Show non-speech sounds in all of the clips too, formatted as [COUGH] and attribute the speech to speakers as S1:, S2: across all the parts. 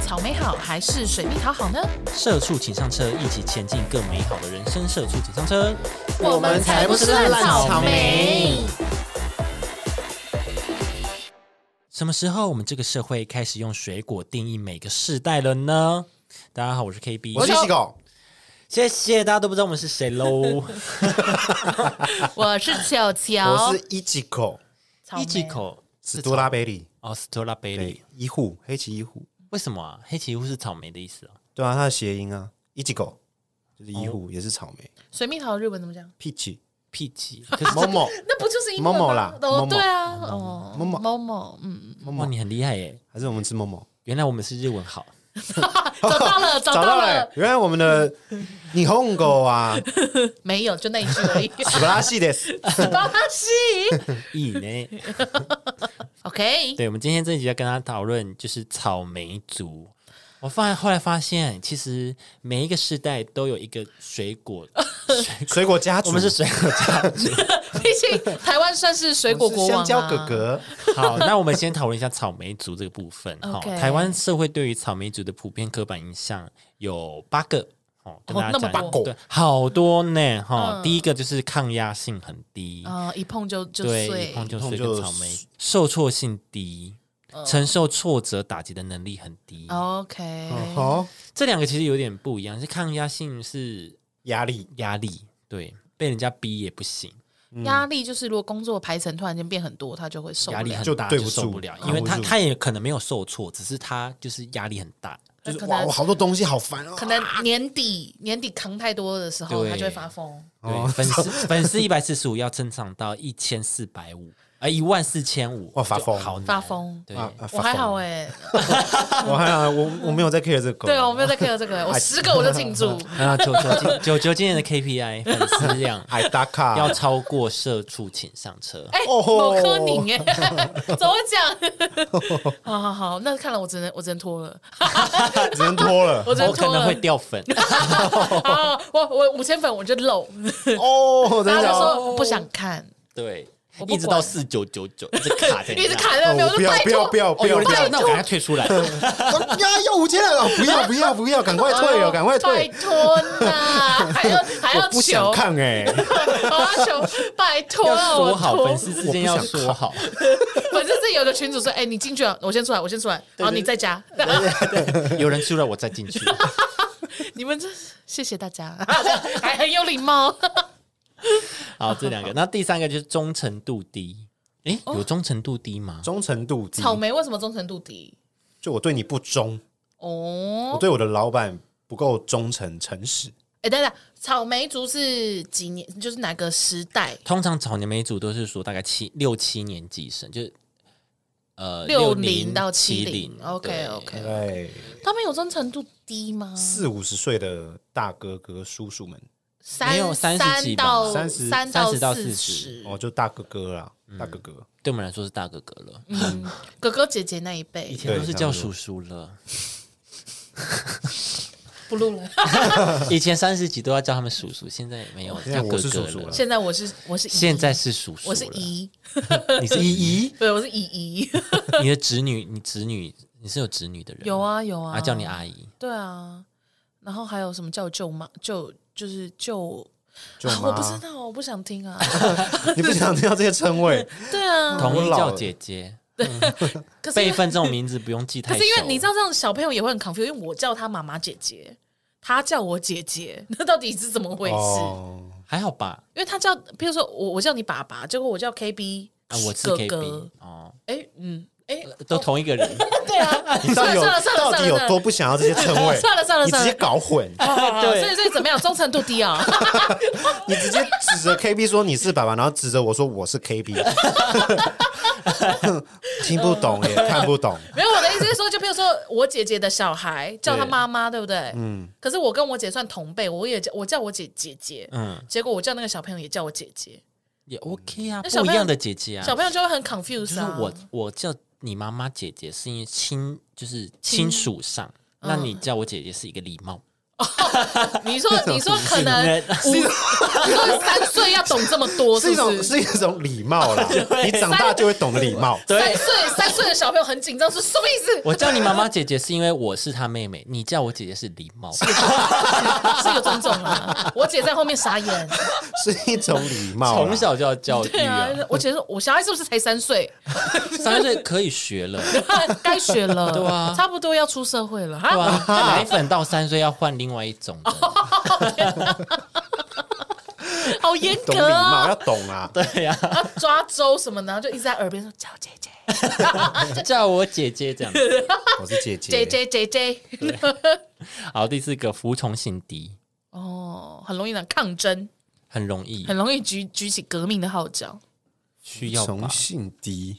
S1: 草莓好还是水蜜桃好呢？
S2: 社畜请上车，一起前进更美好的人生。社畜请上车，
S1: 我们才不是烂草莓。
S2: 什么时候我们这个社会开始用水果定义每个世代了呢？大家好，我是 KB，
S3: 我是西
S1: 哦
S3: 狗，
S2: 谢谢大家都不知道我们是谁喽。
S1: 我是球球， [LAUGHS]
S3: 我是一吉口，
S1: 草莓
S2: 一几口
S3: 史多拉贝里，
S2: 哦 s t o l a b e r r y
S3: 对，一户黑崎一户，
S2: 为什么啊？黑崎屋是草莓的意思啊？
S3: 对啊，它的谐音啊，一吉口就是一
S1: 哦
S3: 户，也是草莓
S1: 水蜜桃，日文怎么讲？
S3: ，peach，
S2: peach，
S3: 某某
S1: 啊那不就是英文吗
S3: Momo 啦
S1: 哦，
S3: Momo
S1: 对啊，哦
S3: Momo
S1: ，Momo，嗯，
S3: 某
S2: 哇，
S3: 某，
S2: 你很厉害耶！
S3: 还是我们吃某某，
S2: 原来我们是日文好，
S1: 找到了，找到了，，
S3: 原来我们的你红狗啊，史
S1: 没有，就那一句而已。
S3: 不拉系的，
S1: [LAUGHS] 巴西
S2: 咦呢？
S1: [LAUGHS] ，OK，
S2: 对，我们今天这一集要跟大家讨论就是草莓族。我发后来发现，其实每一个世代都有一个水果，
S3: 水果家族，
S2: 我们是水果家族。
S1: 毕竟台湾算是水果国
S3: 我
S1: 王
S3: 们
S1: 啊
S3: 是香蕉哥哥，
S2: 好，那我们先讨论一下草莓族这个部分。好，
S1: OK
S2: 台湾社会对于草莓族的普遍刻板印象有八个。哦，跟
S1: 哦
S2: 大
S1: 那
S2: 家
S1: 么嗯
S2: 讲一下，
S3: 多
S2: 对，好多呢哈。第一个就是抗压性很低，
S1: 啊，一碰就就
S2: 对，
S1: 碎
S2: 一，碰就
S3: 一碰
S2: 碎
S3: 就
S2: 跟草莓，受挫性低，
S1: 嗯
S2: 承受挫折打击的能力很低。
S1: 哦 OK，
S3: 好，
S2: 这两个其实有点不一样，是抗压性是
S3: 压力
S2: 压力，对，被人家逼也不行，
S1: 压力就是如果工作排程突然间变很多，他就会受不
S2: 压力
S1: 了。
S2: 很大
S3: 就对
S2: 就
S3: 不
S2: 受
S3: 住
S2: 不了，
S3: 扛
S2: 因为
S3: 不
S2: 他
S3: 住
S2: 他也可能没有受挫，只是他就是压力很大。
S3: 就是
S1: 可能
S3: 哇，我好多东西好烦哦，
S1: 可能年底年底扛太多的时候，
S2: 对
S1: 他就会发疯。
S3: 哦
S2: 对，粉
S3: [LAUGHS]
S2: 丝粉丝一百四十五要增长到一千四百五，啊，一万四千五，
S3: 哦哇发
S2: 就
S3: 疯
S2: 好难
S1: 发疯
S2: 对，
S3: 啊，啊
S1: 我还好，哎、
S3: 发疯我还好，我我没有在 care 这个狗，啊
S1: 对啊我没有在 care 这
S3: [LAUGHS]
S1: 个，我十个我就进驻。
S2: 那九九今九九今年的 KPI 粉丝
S3: [LAUGHS]
S2: 量
S3: 矮打
S1: [LAUGHS]
S3: 卡
S2: 要超过社畜，请上车。
S1: 哎、
S3: 哦吼
S1: 某科
S3: [LAUGHS]
S1: 宁哎、怎么讲？好好好，那看来我只能我只能拖了，
S3: 只哦能拖了
S1: 我只能
S2: 我可
S1: 拖
S2: 能
S1: 了。
S2: 会掉粉，
S1: [LAUGHS] 好，我我五千粉我就漏，
S3: 哦，真
S1: 大家就
S3: 的假的。
S1: 说我不想看，
S2: 对
S1: 我，不
S2: 一直到
S1: 管
S2: 四九九九，一直卡在那，
S1: [LAUGHS] 一直卡在那边，
S3: 哦
S1: 我就
S3: 不要
S1: 拜
S3: 不要
S1: 托
S3: 不要
S2: 哦，
S3: 不
S2: 有
S3: 要
S2: 人
S3: 不
S2: 这
S3: 要！
S2: 样，那我赶快退出
S1: [LAUGHS]
S2: 来。
S3: 哎我呀，要五千了，不要不要不要，赶快
S1: 哎
S3: 退哦，赶快
S1: 拜
S3: 退！
S1: 托呐，还要还要
S3: [LAUGHS] 我不想
S1: 求， [LAUGHS]
S3: 看哎，
S1: 还要求，拜
S3: [LAUGHS]
S1: 托
S2: 要
S1: 啊我
S2: 说好，
S1: 拖
S2: 粉丝之间要说好。
S1: [LAUGHS] 反正是有个群主说，哎、你进去了，我先出来，我先出来，然后你在家。
S2: 有人出来，我再进去。
S1: [LAUGHS] 你们真是谢谢大家， [LAUGHS] 还很有礼貌。 [LAUGHS]
S2: 好，这两个。那第三个就是忠诚度低。诶，
S1: 哦
S2: 有忠诚度低吗？
S3: 忠诚度低，
S1: 草莓为什么忠诚度低？
S3: 就我对你不忠，我
S1: 哦，
S3: 对我的老板不够忠诚诚实。
S1: 哎、等等，草莓族是几年？就是哪个时代？
S2: 通常草莓每组都是说大概七六七年级生，就是呃
S1: 六
S2: 零
S1: 零到
S2: 七
S1: 七零，OK OK，
S3: 对，
S1: 他们有忠诚度低吗？
S3: 哎四五十岁的大哥哥叔叔们，
S1: 三
S2: 没有
S1: 三
S2: 30几吧
S1: 到
S3: 30
S1: 三
S2: 30到
S1: 四
S2: 40
S1: 十，
S3: 哦，就大哥哥啦，大哥哥，
S2: 对我们来说是大哥哥了，
S1: 嗯， [LAUGHS] 哥哥姐姐那一辈
S2: 以前都是
S3: 对
S2: 叫
S3: 差不
S2: 叔
S3: 多
S2: 叔了，
S1: 不录 [LAUGHS] 了。
S2: 以前三十几都要叫他们叔叔，现在没有
S3: 哦现在
S2: 叫哥
S3: 我是
S2: 哥
S3: 叔叔了
S1: 现在我是我是姨
S2: 现在是叔叔了，
S1: 我是姨， [LAUGHS]
S2: 你是姨姨，
S1: 对，我是姨姨。 [LAUGHS]
S2: 你的侄女，你侄女你是有侄女的人吗，
S1: 有啊有啊，
S2: 啊，叫你阿姨，
S1: 对啊，然后还有什么叫舅妈？舅就是舅。
S3: 舅
S1: 啊
S3: 妈
S1: 我不知道，我不想听
S3: [LAUGHS]
S1: 啊。
S3: 你不想听到这些
S1: [LAUGHS]
S3: 称谓？
S1: 对啊，
S2: 同意
S3: 我老
S2: 叫
S3: 了
S2: 姐姐，
S1: 可是因
S2: 辈
S1: 为
S2: 分这种名字不用记太
S1: 可
S2: 熟。
S1: 是因为你知道，这样小朋友也会很 confused，因为我叫他妈妈姐姐，他叫我姐姐，那到底是怎么回事？
S3: 哦，
S2: 还好吧？
S1: 因为他叫，比如说我我叫你爸爸，结果我叫 KB，、
S2: 啊，我是
S1: 哥
S2: KB
S1: 哥，
S2: 哦，
S1: 哎、嗯，哎、
S3: [LAUGHS]
S2: 都同一
S1: [LAUGHS]
S2: 个人。
S1: 对啊，
S3: 你到底有
S1: 算了算了
S3: 到底有
S1: 算了哦
S3: 多不想要这些称谓？
S1: [LAUGHS] 算了算了
S3: 你直
S1: 算
S3: 接
S1: 了。
S3: 搞混，
S1: 哦
S2: 对
S1: 所以所以怎么样，忠诚度低啊、
S3: 你直接指着 KB 说你是爸爸，然后指着我说我是 KB，听不懂也看不懂。
S1: [LAUGHS] 没有，我的意思是说，就比如说我姐姐的小孩叫她妈妈，对不对？嗯。可是我跟我姐算同辈，我也叫我叫我姐姐姐，
S2: 嗯，
S1: 结果我叫那个小朋友也叫我姐姐，
S2: 也 OK 啊，
S1: 嗯那小
S2: 不一
S1: 朋友
S2: 样的姐姐啊，
S1: 小朋友就会很
S2: 就
S1: confused
S2: 是
S1: 啊。
S2: 我我叫你妈
S1: 嗯
S2: 妈姐姐是因为亲，就是亲属上，那你叫我姐姐是一个礼貌，
S1: 你说，你说可能
S2: 人
S1: 五，你说三岁要懂这么多，
S3: 是一
S1: 是不
S3: 种
S1: 是？
S3: 是一种礼貌啦。你长大就会懂得礼貌。
S1: 三
S2: 对，
S1: 岁三岁的小朋友很紧张，说什么意思？
S2: 我叫你妈妈姐姐是因为我是她妹妹，你叫我姐姐是礼貌。
S1: [LAUGHS] 是有尊重啊。我姐在后面傻眼，
S3: 是一种礼貌啦。
S2: 从小就要教育
S1: 对啊
S2: 啊，，
S1: 我姐说，我小孩是不是才三岁？ [LAUGHS]
S2: 三岁可以学了，
S1: 该学了，
S2: 对啊
S1: 差不多要出社会了
S2: 对
S1: 哈。
S2: 吧？奶粉到三岁要换另外一种
S1: 哦
S2: 的，
S1: 好严
S3: 懂
S1: 格
S3: 礼貌
S1: 啊
S3: 要，懂啊，
S2: 对呀、
S1: 要抓周什么的，然后就一直在耳边说叫姐姐，
S2: 叫我姐姐这样。
S3: 我是姐
S1: 姐姐
S3: 姐。
S1: 姐姐。
S2: 好，第四个服从性低，
S1: [LAUGHS] 哦，很容易呢，抗争，
S2: 很容易
S1: 很容易举举起革命的号角。
S2: 需要
S3: 从
S2: 吧？
S3: 性低，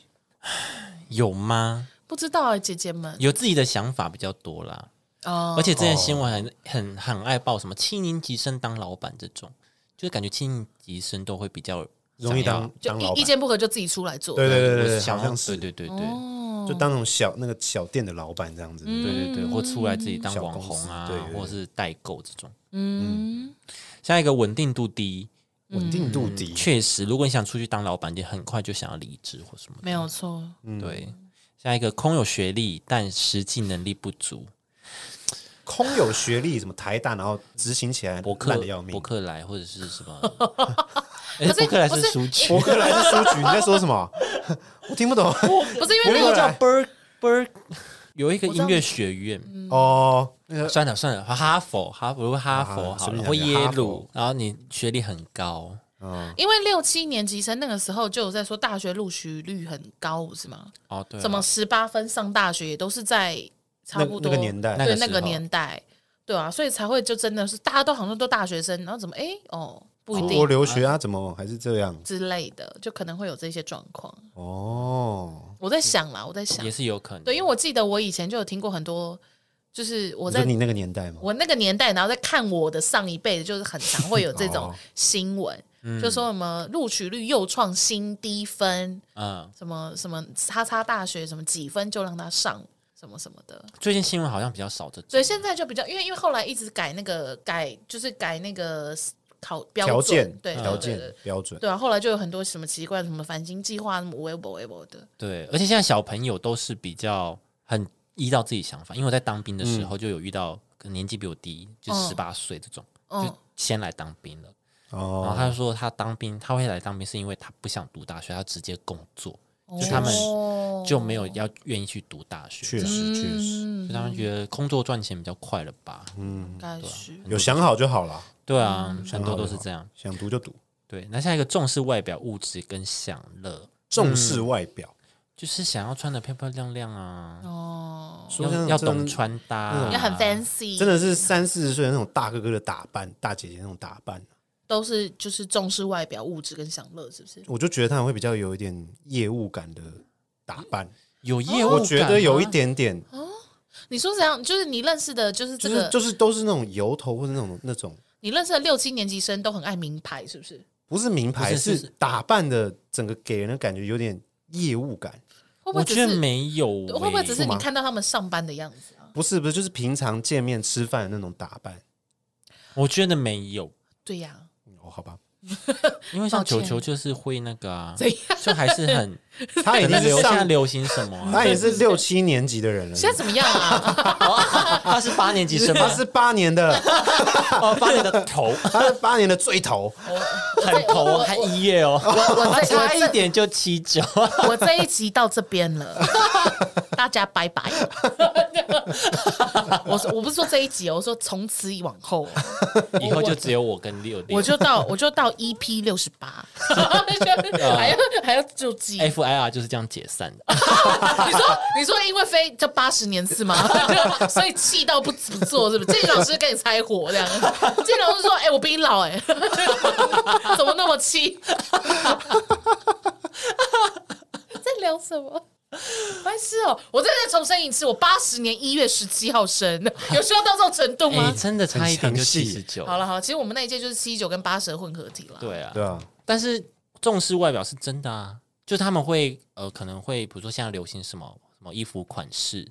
S2: 有吗？
S1: 不知道啊、姐姐们
S2: 有自己的想法比较多啦，
S1: 哦，
S2: 而且之前新闻很很很爱报什么七年级生当老板这种，就是感觉七年级生都会比较
S3: 容易
S2: 想要
S3: 当
S1: 就
S3: 当老
S1: 意意
S3: 板。
S1: 见不合就自己出来做。
S3: 对对对对，
S2: 想
S3: 好
S2: 要
S3: 像是
S2: 对对对对。
S1: 哦，
S3: 就当那种小那个小店的老板这样子。
S2: 对对对，或出来自己当
S3: 小
S2: 网
S3: 公
S2: 红
S3: 司
S2: 啊，
S3: 对对对
S2: 或者是代购这种。
S1: 嗯，
S2: 下一个稳定度低，
S3: 稳定度低，
S2: 确实，如果你想出去当老板，你很快就想要离职或什么。
S1: 没有错，
S3: 嗯
S2: 对，下一个空有学历但实际能力不足，
S3: 空有学历，什么台大，然后执行起来
S2: 伯克
S3: 烂的要命
S2: 伯。克莱或者是
S1: [LAUGHS]
S2: 什么？哎伯克莱
S1: 不
S2: 是
S1: 是
S2: 书局
S3: [LAUGHS] 伯，克莱是书局，你在说什么？ [LAUGHS] 我听不懂。
S1: 不是因
S2: 有
S1: 为那
S2: 一个
S1: 个
S2: 叫 Berk Berk，有一个音乐学院。
S3: 哦，那个
S2: 算了算了，哈佛哈佛哈佛
S3: 啊
S2: 好
S3: 随
S2: 了，
S3: 便
S2: 或
S3: 讲
S2: 耶
S3: 讲哈
S2: 鲁
S3: 佛，
S2: 然后你学历很高，
S1: 因为六七年级生那个时候就有在说大学录取率很高，是吗？
S2: 哦对啊，
S1: 什么十八分上大学也都是在差
S3: 那
S1: 不
S3: 那
S1: 多
S3: 个年代，
S2: 那
S1: 对
S2: 个
S1: 那
S2: 时候
S1: 个年代，对啊，所以才会就真的是大家都好像都大学生，然后怎么哎哦不一
S3: 出国
S1: 定
S3: 留学啊，怎么还是这样？
S1: 之类的，就可能会有这些状况。
S3: 哦，
S1: 我在想啦，我在想
S2: 也，是有可能。
S1: 对，因为我记得我以前就有听过很多，就是我
S3: 我说
S1: 在
S3: 你那个年代吗？
S1: 我那个年代，然后在看我的上一辈，就是很常会有这种
S3: 哦
S1: [LAUGHS] 新闻，
S2: [LAUGHS]
S1: 就说什么录取率又创新低分，
S2: 嗯，
S1: 什么什么叉叉大学什么几分就让他上什么什么的。
S2: 最近新闻好像比较少这种。
S1: 所以现在就比较，因为因为后来一直改那个改，就是改那个考标
S3: 条
S1: 准，
S3: 件
S1: 对对
S3: 条
S1: 对
S3: 件
S1: 对
S3: 标准，
S1: 对啊，后来就有很多什么奇怪什么繁星计划什么 w e b w e b 的，
S2: 对，而且现在小朋友都是比较很依照自己想法，因为我在当兵的时候就有遇到可能年纪比我低，就
S1: 嗯
S2: 十八岁这种，
S1: 嗯
S2: 就先来当兵了。然后
S1: 啊
S3: 哦，
S2: 他就说他当兵，他会来当兵是因为他不想读大学，他直接工作，就他们
S1: 哦
S2: 就没有要愿意去读大
S3: 确
S1: 嗯
S2: 学，
S3: 实确实
S2: 就他们觉啊得工作赚钱比较快了吧？
S1: 应该是
S3: 有想好就好了，
S2: 对啊，
S1: 嗯
S2: 很多
S3: 好
S2: 都
S3: 就是好
S2: 这样。
S3: 想读就读，
S2: 对，那下一个重视外表、物质跟享乐，
S3: 重视外表。
S1: 嗯
S2: 就是想要穿的漂漂亮亮啊，
S1: 哦，
S3: 说真
S2: 要
S3: 的
S2: 要
S3: 真的
S2: 懂穿搭啊，
S1: 也很 fancy，
S3: 真的是三四十岁的那种大哥哥的打扮，大姐姐那种打扮，
S1: 都是就是重视外表、物质跟享乐，是不是？
S3: 我就觉得他们会比较有一点业务感的打扮。
S2: 有业务感吗，啊
S3: 我觉得有一点点，
S1: 你说怎样？就是你认识的，就是啊这
S3: 就
S1: 个，
S3: 是就是都是那种油头或者那种那种，
S1: 你认识的六七年级生都很爱名牌，是不是？
S3: 不是名牌，
S2: 不是
S3: 是
S2: 是
S3: 打扮的整个给人的感觉有点业务感。
S1: 会不会
S2: 我
S1: 只
S2: 觉得
S1: 是？
S2: 没有、欸，
S1: 会不会只是
S3: 是
S1: 你
S3: 吗
S1: 看到他们上班的样子啊？
S3: 不是不是，就是平常见面吃饭的那种打扮。
S2: 我觉得没有，
S1: 对呀，
S3: 哦，好吧，
S2: 因为像
S1: 抱歉
S2: 球球就是会那个啊
S1: [LAUGHS] 怎，
S2: 就还是很
S3: [LAUGHS] 他已
S2: 可
S3: 经
S2: 能
S3: 是
S2: 流现在
S3: 上，
S2: 流行什么、啊？
S3: 他也是六七年级的人
S2: 嗯
S3: 了。
S1: 现在怎么样啊？
S2: 他是八年级生吗
S3: 他？是八年的， [LAUGHS]
S2: 哦，八年的
S1: [LAUGHS]
S2: 头
S3: 他是八年的最头，
S2: 很头哦，还一夜哦，
S1: 我这
S2: 差
S1: 我
S2: 一点就七九，
S1: 这我这一集到这边了，大家拜拜。我说我不是说这一集哦，我说从此以往后，
S2: 以后就只有我跟六六
S1: 我就到我就到 EP 六十八，还要还要就记。
S2: ，FIR 就是这样解散的。
S1: [LAUGHS] 你说你说因为非这八十年是吗？ [LAUGHS] 所以气到不不做是不是？建老师跟你拆火这样，建老师说：“哎、我比你老哎、 [LAUGHS] 怎么那么 [LAUGHS] 气？在聊什么？”没事哦，我再再重申一次，我八十年一月十七号生，有需要到这种程度
S2: 哎、
S1: 吗？
S2: 真的差一点就七十九。
S1: 好了好了，其实我们那一届就是七九跟八十的混合体啦。
S2: 对啊，
S3: 对啊，
S2: 但是重视外表是真的啊，就他们会呃，可能会比如说现在流行什
S3: 嗯
S2: 么什么衣服款式、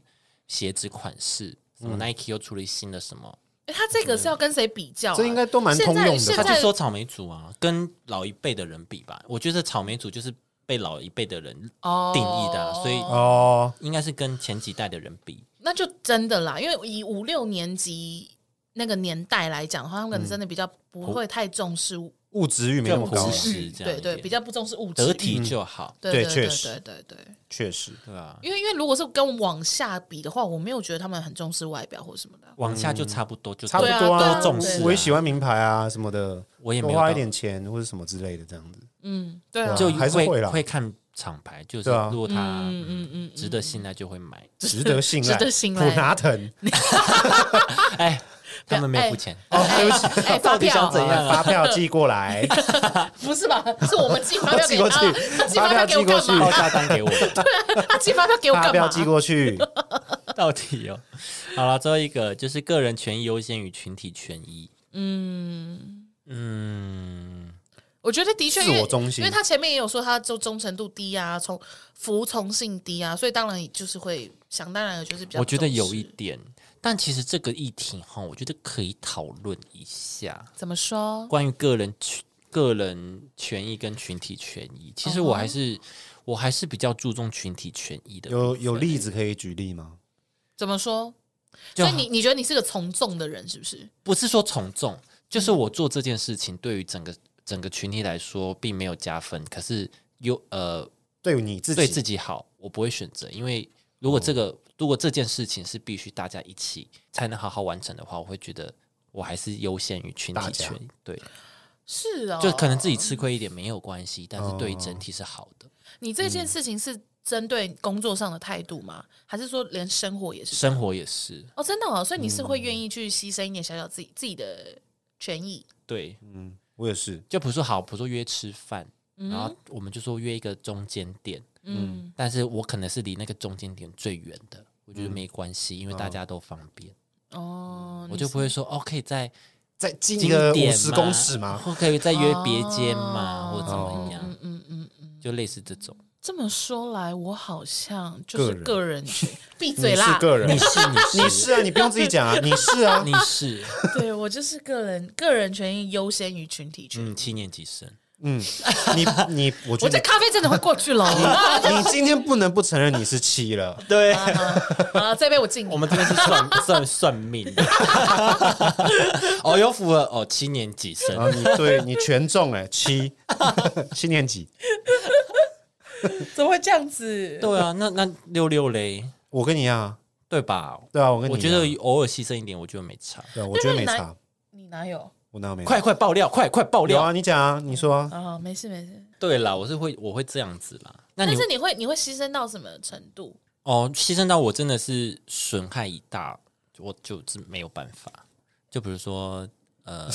S2: 鞋子款式，什么 Nike 又出了新的什么。
S1: 哎，他这个是要跟谁比较啊？
S3: 这应该都蛮通用的
S1: 现
S2: 他
S1: 在
S2: 就
S1: 现
S2: 说
S1: 在
S2: 草莓族啊，跟老一辈的人比吧，我觉得草莓族就是被老一辈的人
S1: 哦
S2: 定义的啊所以
S3: 哦，
S2: 应该是跟前几代的人比，
S1: 那就真的啦，因为以五六年级那个年代来讲的话，他们可能真的比较不会太重视物
S3: 物质欲没那么
S2: 比较
S3: 高
S2: 朴
S1: 物
S3: 啊，
S2: 实
S1: 质，
S2: 嗯这样
S1: 对
S2: 一
S1: 对，
S2: 点
S1: 比较不重视物质
S2: 得
S1: 欲
S2: 体就好，
S1: 对
S3: 对
S1: 对
S3: 确
S1: 对
S3: 实
S1: 对对对。
S3: 确实。
S2: 对啊吧？
S1: 因为因为如果是跟往下比的话，我没有觉得他们很重视外表或什么的。
S2: 往下就差不多，就
S3: 差不多
S1: 对啊
S3: 啊，
S1: 都重视
S2: 啊
S3: 我也喜欢名牌啊什么的，
S2: 我也
S3: 多
S2: 没有
S3: 花
S2: 到
S3: 一点钱或者什么之类的这样子。
S1: 嗯，对
S3: 对
S1: 啊，
S3: 啊
S2: 就
S3: 还是会
S2: 会
S3: 啦
S2: 会看厂牌，就是
S3: 对啊
S2: 如果它
S1: 嗯嗯嗯，
S2: 值得信赖就会买。
S3: 值得信赖，
S1: 值得信赖
S3: 普拿疼，
S2: [LAUGHS] 哎，他们没有付钱，
S1: 哦，对不起，哎，发
S2: [LAUGHS] 到底想
S1: 票
S2: 怎样啊
S3: 发票寄过来，
S1: 不是吧？是我们寄发票
S3: 寄
S1: 给
S3: 过
S1: 他，
S3: 去
S1: 他寄发票给我干
S3: 发票寄过去
S2: 报
S1: 嘛？
S2: 价单给我， [LAUGHS]
S1: 他寄发票给我
S3: 发
S1: 干
S3: 票
S1: 嘛？
S3: 寄过去。
S2: 到底哦。好了，最后一个就是个人权益优先于群体权益。嗯嗯，
S1: 我觉得的确，
S3: 自
S1: 因为
S3: 我中心
S1: 因为他前面也有说他就忠诚度低啊，从服从性低啊，所以当然就是会想当然的就是比较重视。
S2: 我觉得有一点，但其实这个议题哈，我觉得可以讨论一下。
S1: 怎么说？
S2: 关于个人群个人权益跟群体权益，其实
S1: 嗯
S2: 我还是、我还是比较注重群体权益的。
S3: 有有例子可以举例吗？
S1: 怎么说？
S2: 就
S1: 所以你你觉得你是个从众的人是不是？
S2: 不是说从众，就是
S1: 嗯
S2: 我做这件事情对于整个整个群体来说并没有加分，可是有呃
S3: 对你自己，
S2: 对自己好，我不会选择，因为如果这个、如果这件事情是必须大家一起才能好好完成的话，我会觉得我还是优先于群
S3: 大
S2: 体
S3: 家
S2: 权益。对，
S1: 是哦，
S2: 就可能自己吃亏一点没有关系，但是
S3: 哦
S2: 对于整体是好的。
S1: 你这件事情是针对工作上的态度吗？还是说连生活也是？
S2: 生活也是，
S3: 啊
S1: 哦，真的哦，所以你是会愿意去牺牲一点小小自己自己的权益？
S2: 对，
S3: 嗯，我也是，
S2: 就比如说好，比如说约吃饭，然后我们就说约一个中间点，
S1: 嗯，
S2: 但是我可能是离那个中间点最远的，我觉得没关系，
S3: 哦
S2: 因为大家都方便，
S1: 哦，
S2: 我就不会说哦，可以再
S3: 再近
S2: 近
S3: 个
S2: 一
S3: 五
S2: 点
S3: 十
S2: 嘛
S3: 公尺吗？
S2: 或可以再约别间
S1: 哦
S2: 嘛，或怎么样，
S1: 嗯嗯嗯嗯。
S2: 就类似这种。
S1: 这么说来，我好像就是
S3: 个
S1: 个人权，闭
S3: 你
S1: 嘴
S3: 是
S1: 啦！
S3: 个人
S2: 你，是你是
S3: 你是啊，你不用自己讲啊，
S2: [LAUGHS]
S3: 你是啊，
S2: 你是，
S1: 对我就是个人，个人权益优先于群体权。益。
S2: 嗯，七年级生，
S3: 嗯，你你，我觉
S1: 我这
S3: 得
S1: 咖啡真的会过去了啊！
S3: 你你今天不能不承认你是七了，
S2: 对
S1: 好这杯我敬你
S2: 我。们这边是算算算命的， [LAUGHS] 哦，有符合哦，七年级生
S3: 啊，你对你全中哎，七 [LAUGHS] 七年级，
S1: 怎么会这样子？
S2: 对啊，那那六六嘞，
S3: 我跟你一样啊，
S2: 对吧？
S3: 对啊，我跟你
S2: 我
S3: 一
S2: 觉
S3: 样，
S2: 得偶尔牺牲一点，我觉得没差。
S3: 对啊，我觉得
S1: 对
S3: 没
S1: 对你
S3: 差
S1: 拿，你哪有
S3: 我哪有没差
S2: 快快爆料，快快嗯爆
S3: 嗯有
S2: 料！
S3: 啊，你讲啊，你说啊，
S1: 啊？没事没事。
S2: 对啦，我是会我会这样子啦。那
S1: 但
S2: 你
S1: 是你会你会牺牲到什么程度？
S2: 哦，牺牲到我真的是损害一大，我就是没有办法。就比如说，呃，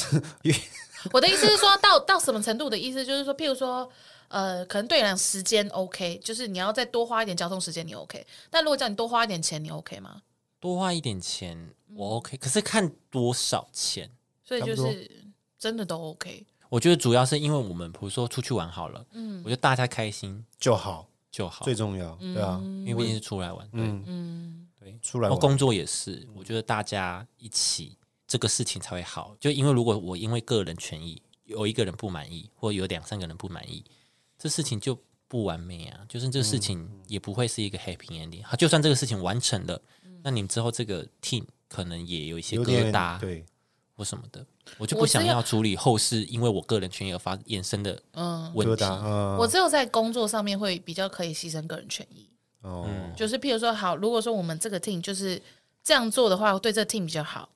S1: 我的意思是说到到什么程度的意思，就是说，譬如说，呃，可能对你来讲时间 OK，就是你要再多花一点交通时间，你 OK。但如果叫你多花一点钱，你 OK 吗？
S2: 多花一点钱
S1: 嗯
S2: 我 OK，可是看多少钱。
S1: 所以就
S3: 差不
S1: 是真的都 OK。
S2: 我觉得主要是因为我们，比如说出去玩好了，嗯，我觉得大家开心
S3: 就好，
S2: 就好
S3: 最，重要，对啊，
S2: 因为毕竟是出来玩，对、
S3: 嗯
S1: 嗯，
S2: 对。
S3: 出来
S2: 然后
S3: 玩嗯
S2: 工作也是，我觉得大家一起这个事情才会好。就因为如果我因为个人权益有一个人不满意，或有两三个人不满意，这事情就不完美啊。就是这个
S3: 嗯
S2: 事情也不会是一个 happy ending。好就算这个事情完成了，
S1: 嗯
S2: 那你们之后这个 team 可能也有一些
S3: 有
S2: 疙
S3: 点
S2: 瘩
S3: 对，
S2: 或什么的，我就
S1: 我
S2: 不
S1: 是
S2: 想
S1: 要
S2: 要处理后世因为我个人权益而发衍生的
S1: 嗯
S2: 问
S3: 疙
S2: 题。
S3: 瘩，嗯，
S1: 我只有在工作上面会比较可以牺牲个人权益，
S3: 哦，
S2: 嗯
S1: 就是譬如说，好，如果说我们这个 team 就是这样做的话，对这个 team 比较好，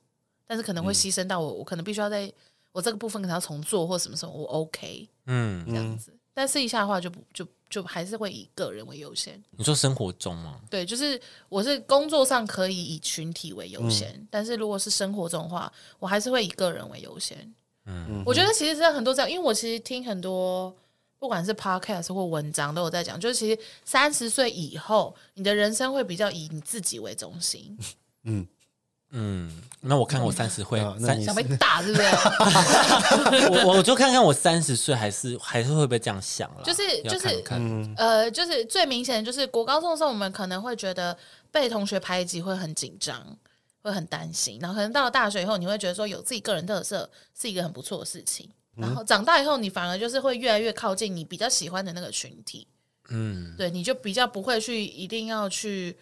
S1: 但是可能会牺牲到我，我可能必须要在我这个部分可能要重做或什么什么，我 OK
S2: 嗯，
S1: 这样子。但私底下的话就不就就还是会以个人为优先。
S2: 你说生活中吗？
S1: 对，就是我是工作上可以以群体为优先，但是如果是生活中的话，我还是会以个人为优先。嗯，我觉得其实是很多这样，因为我其实听很多不管是 podcast 或文章都有在讲，就是其实三十岁以后，你的人生会比较以你自己为中心，
S2: 嗯，那我看我三十会
S3: 啊那
S2: 三
S1: [LAUGHS]
S3: 你
S1: 想被打是不是？
S2: 我我我就看看我三十岁还是还是会不会这样想了，
S1: 就是
S2: 要
S1: 就是
S2: 看看
S1: 呃，就是最明显的就是国高中的时候，我们可能会觉得被同学排挤会很紧张，会很担心。然后可能到了大学以后，你会觉得说有自己个人特色是一个很不错的事情。然后长大以后，你反而就是会越来越靠近你比较喜欢的那个群体，
S2: 嗯，
S1: 对，你就比较不会去一定要去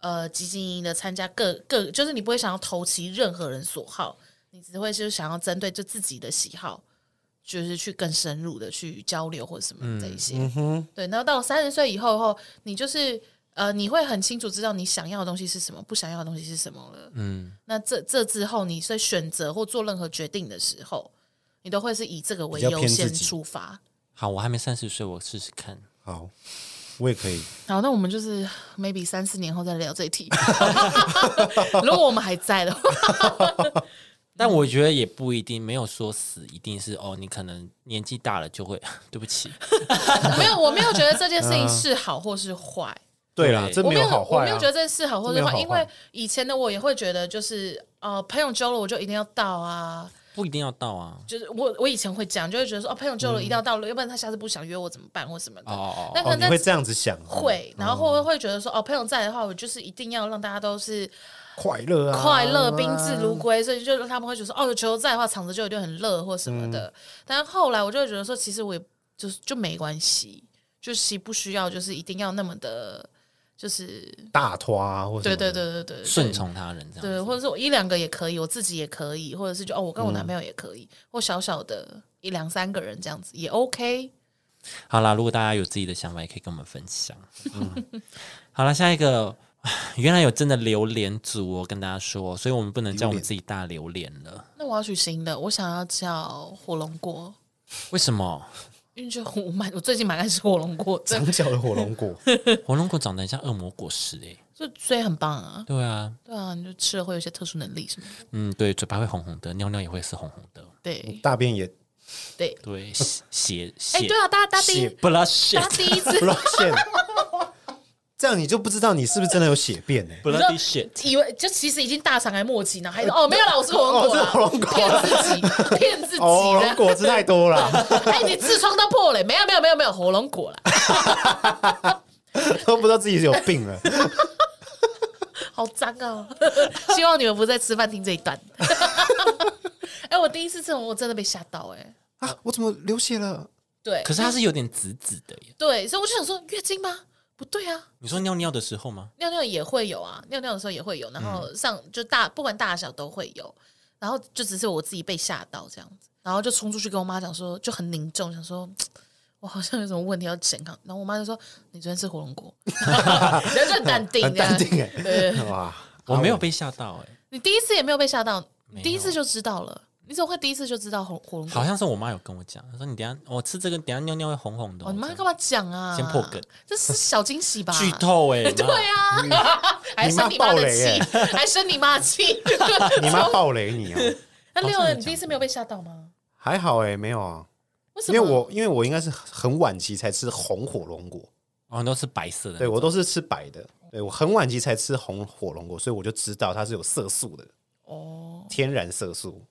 S1: 呃积极营营的参加各各，就是你不会想要投其任何人所好，你只会就是想要针对就自己的喜好，就是去更深入的去交流或什么这一
S3: 嗯
S1: 些。对，然后到三十岁以后后，你就是呃，你会很清楚知道你想要的东西是什么，不想要的东西是什么了。
S2: 嗯，
S1: 那这这之后，你在选择或做任何决定的时候，你都会是以这个为
S3: 比较偏
S1: 优
S3: 自
S1: 先
S3: 己
S1: 出发。
S2: 好，我还没三十岁，我试试看。
S3: 好，我也可以。
S1: 好，那我们就是 maybe 三四年后再聊这一
S3: [LAUGHS]
S1: 题。 [LAUGHS] 如果我们还在的话，
S2: 但我觉得也不一定，没有说死一定是哦，你可能年纪大了就会， [LAUGHS] 对不起，
S1: 没有，我没有觉得这件事情是好或是坏，
S3: 对啦，
S2: 对
S3: 这
S1: 我
S3: 没有好
S1: 我
S3: 坏
S1: 没有
S3: 啊
S1: 觉。得这是好或
S3: 这没
S1: 是
S3: 有
S1: 坏，
S3: 好
S1: 因为
S3: 坏
S1: 以前的我也会觉得就是呃，朋友揪了我就一定要到啊，
S2: 不一定要到
S1: [LAUGHS]
S2: 啊。
S1: 就是我我以前会讲，就会觉得说哦，朋友揪了一定要到了，要不然他下次不想约我怎么办或什么的。
S2: 哦哦
S1: 那
S2: 哦，
S1: 可
S3: 哦，你
S1: 能
S3: 会嗯
S1: 在
S3: 这样子想？
S1: 会，然后会会觉得说哦，朋友在的话，我就是一定要让大家都是
S3: 快乐啊，
S1: 快乐宾至如归，所以就他们会觉得说哦，球在的话，场子就一定很热或什么的。但是后来我就会觉得说，其实我也就是就没关系，就是不需要就是一定要那么的，就是
S3: 大拖啊，或者
S1: 对对对对对对
S2: 顺从他人这样
S1: 对，
S2: 子。
S1: 或者是我一两个也可以，我自己也可以，或者是就哦，我跟我男朋友也可以，或小小的一两三个人这样子也 OK。
S2: 好啦，如果大家有自己的想法，也可以跟我们分享。 [LAUGHS] 好了，下一个，原来有真的榴莲族哦，我跟大家说，所以我们不能叫我们自己大榴莲了。
S1: 那我要取新的，我想要叫火龙果，
S2: 为什么？
S1: 因为就我买我最近买的是火龙果，这
S3: 长角的火龙果， [LAUGHS]
S2: 火龙果长得很像恶魔果实欸诶、
S1: 就所以很棒啊，
S2: 对啊，
S1: 对啊，你就吃了会有一些特殊能力什么的，
S2: 嗯，对，嘴巴会红红的，尿尿也会是红红的，
S1: 对
S3: 大便也
S1: 对。
S2: 对，血 [LAUGHS] 血
S1: 哎、
S2: 血
S1: 对啊，大家大家第一
S3: 血
S2: 不拉
S1: 大家
S2: shit，
S1: 第一
S3: 不
S1: 次
S3: 露
S1: [LAUGHS]
S3: 馅，这样你就不知道你是不是真的有血便
S1: [LAUGHS]
S3: 呢？
S2: 不拉 shit。
S1: 以为就其实已经大肠癌末期，然后还说哦没有啦，我是火龙果啦，
S3: 呃哦是火龙果
S1: 骗
S3: [LAUGHS]
S1: 自己骗自己
S3: 哦，火龙
S1: 的。
S3: 果吃太多了， [LAUGHS]
S1: 哎、你痔疮都破了，没有没有没有没有火龙果啦，
S3: 都不知道自己有病了。
S1: 好脏啊！ [LAUGHS] 希望你们不在吃饭听这一段。 [LAUGHS] 哎、我第一次这种我真的被吓到哎、
S3: 啊，我怎么流血了？
S1: 对
S2: 可是它是有点紫紫的耶。
S1: 对，所以我就想说月经吗？不对啊，
S2: 你说尿尿的时候吗？
S1: 尿尿也会有啊，尿尿的时候也会有，然
S2: 嗯
S1: 后上就大不管大小都会有，然后就只是我自己被吓到这样子，然后就冲出去跟我妈讲说，就很凝重，想说。我好像有什么问题要健康，然后我妈就说：“你昨天吃火龙果， [LAUGHS] 人就很淡定，
S3: 很淡定哎、
S1: 啊对，
S3: 哇，
S2: 啊我没有被吓到哎、
S1: 你第一次也没有被吓到，你
S2: 有
S1: 第一次就知道了，你怎么会第一次就知道火火龙
S2: 好
S1: 果？
S2: 像是我妈有跟我讲，她说你等一下我吃这个，等一下尿尿会红红的哦、
S1: 哦，你妈
S2: 这样
S1: 干嘛讲啊？
S2: 先破梗，
S1: 这是小惊喜吧？
S2: 剧透
S1: [LAUGHS]
S2: 哎、对
S1: 对啊，还生你妈的气，还生你妈的
S2: [LAUGHS]
S1: 气，
S3: 你妈暴雷
S1: [LAUGHS]
S3: 你哦，
S1: 那
S2: 好像
S1: 六人，
S2: 有
S1: 你第一次没有被吓到吗？
S3: 还好哎、没有啊，
S1: 为什
S3: 因
S1: 么？
S3: 为我因为我应该是很晚期才吃红火龙果，
S2: 哦，都是白色的。
S3: 对我都是吃白的，对我很晚期才吃红火龙果，所以我就知道它是有色素的，
S1: 哦，
S3: 天然色素。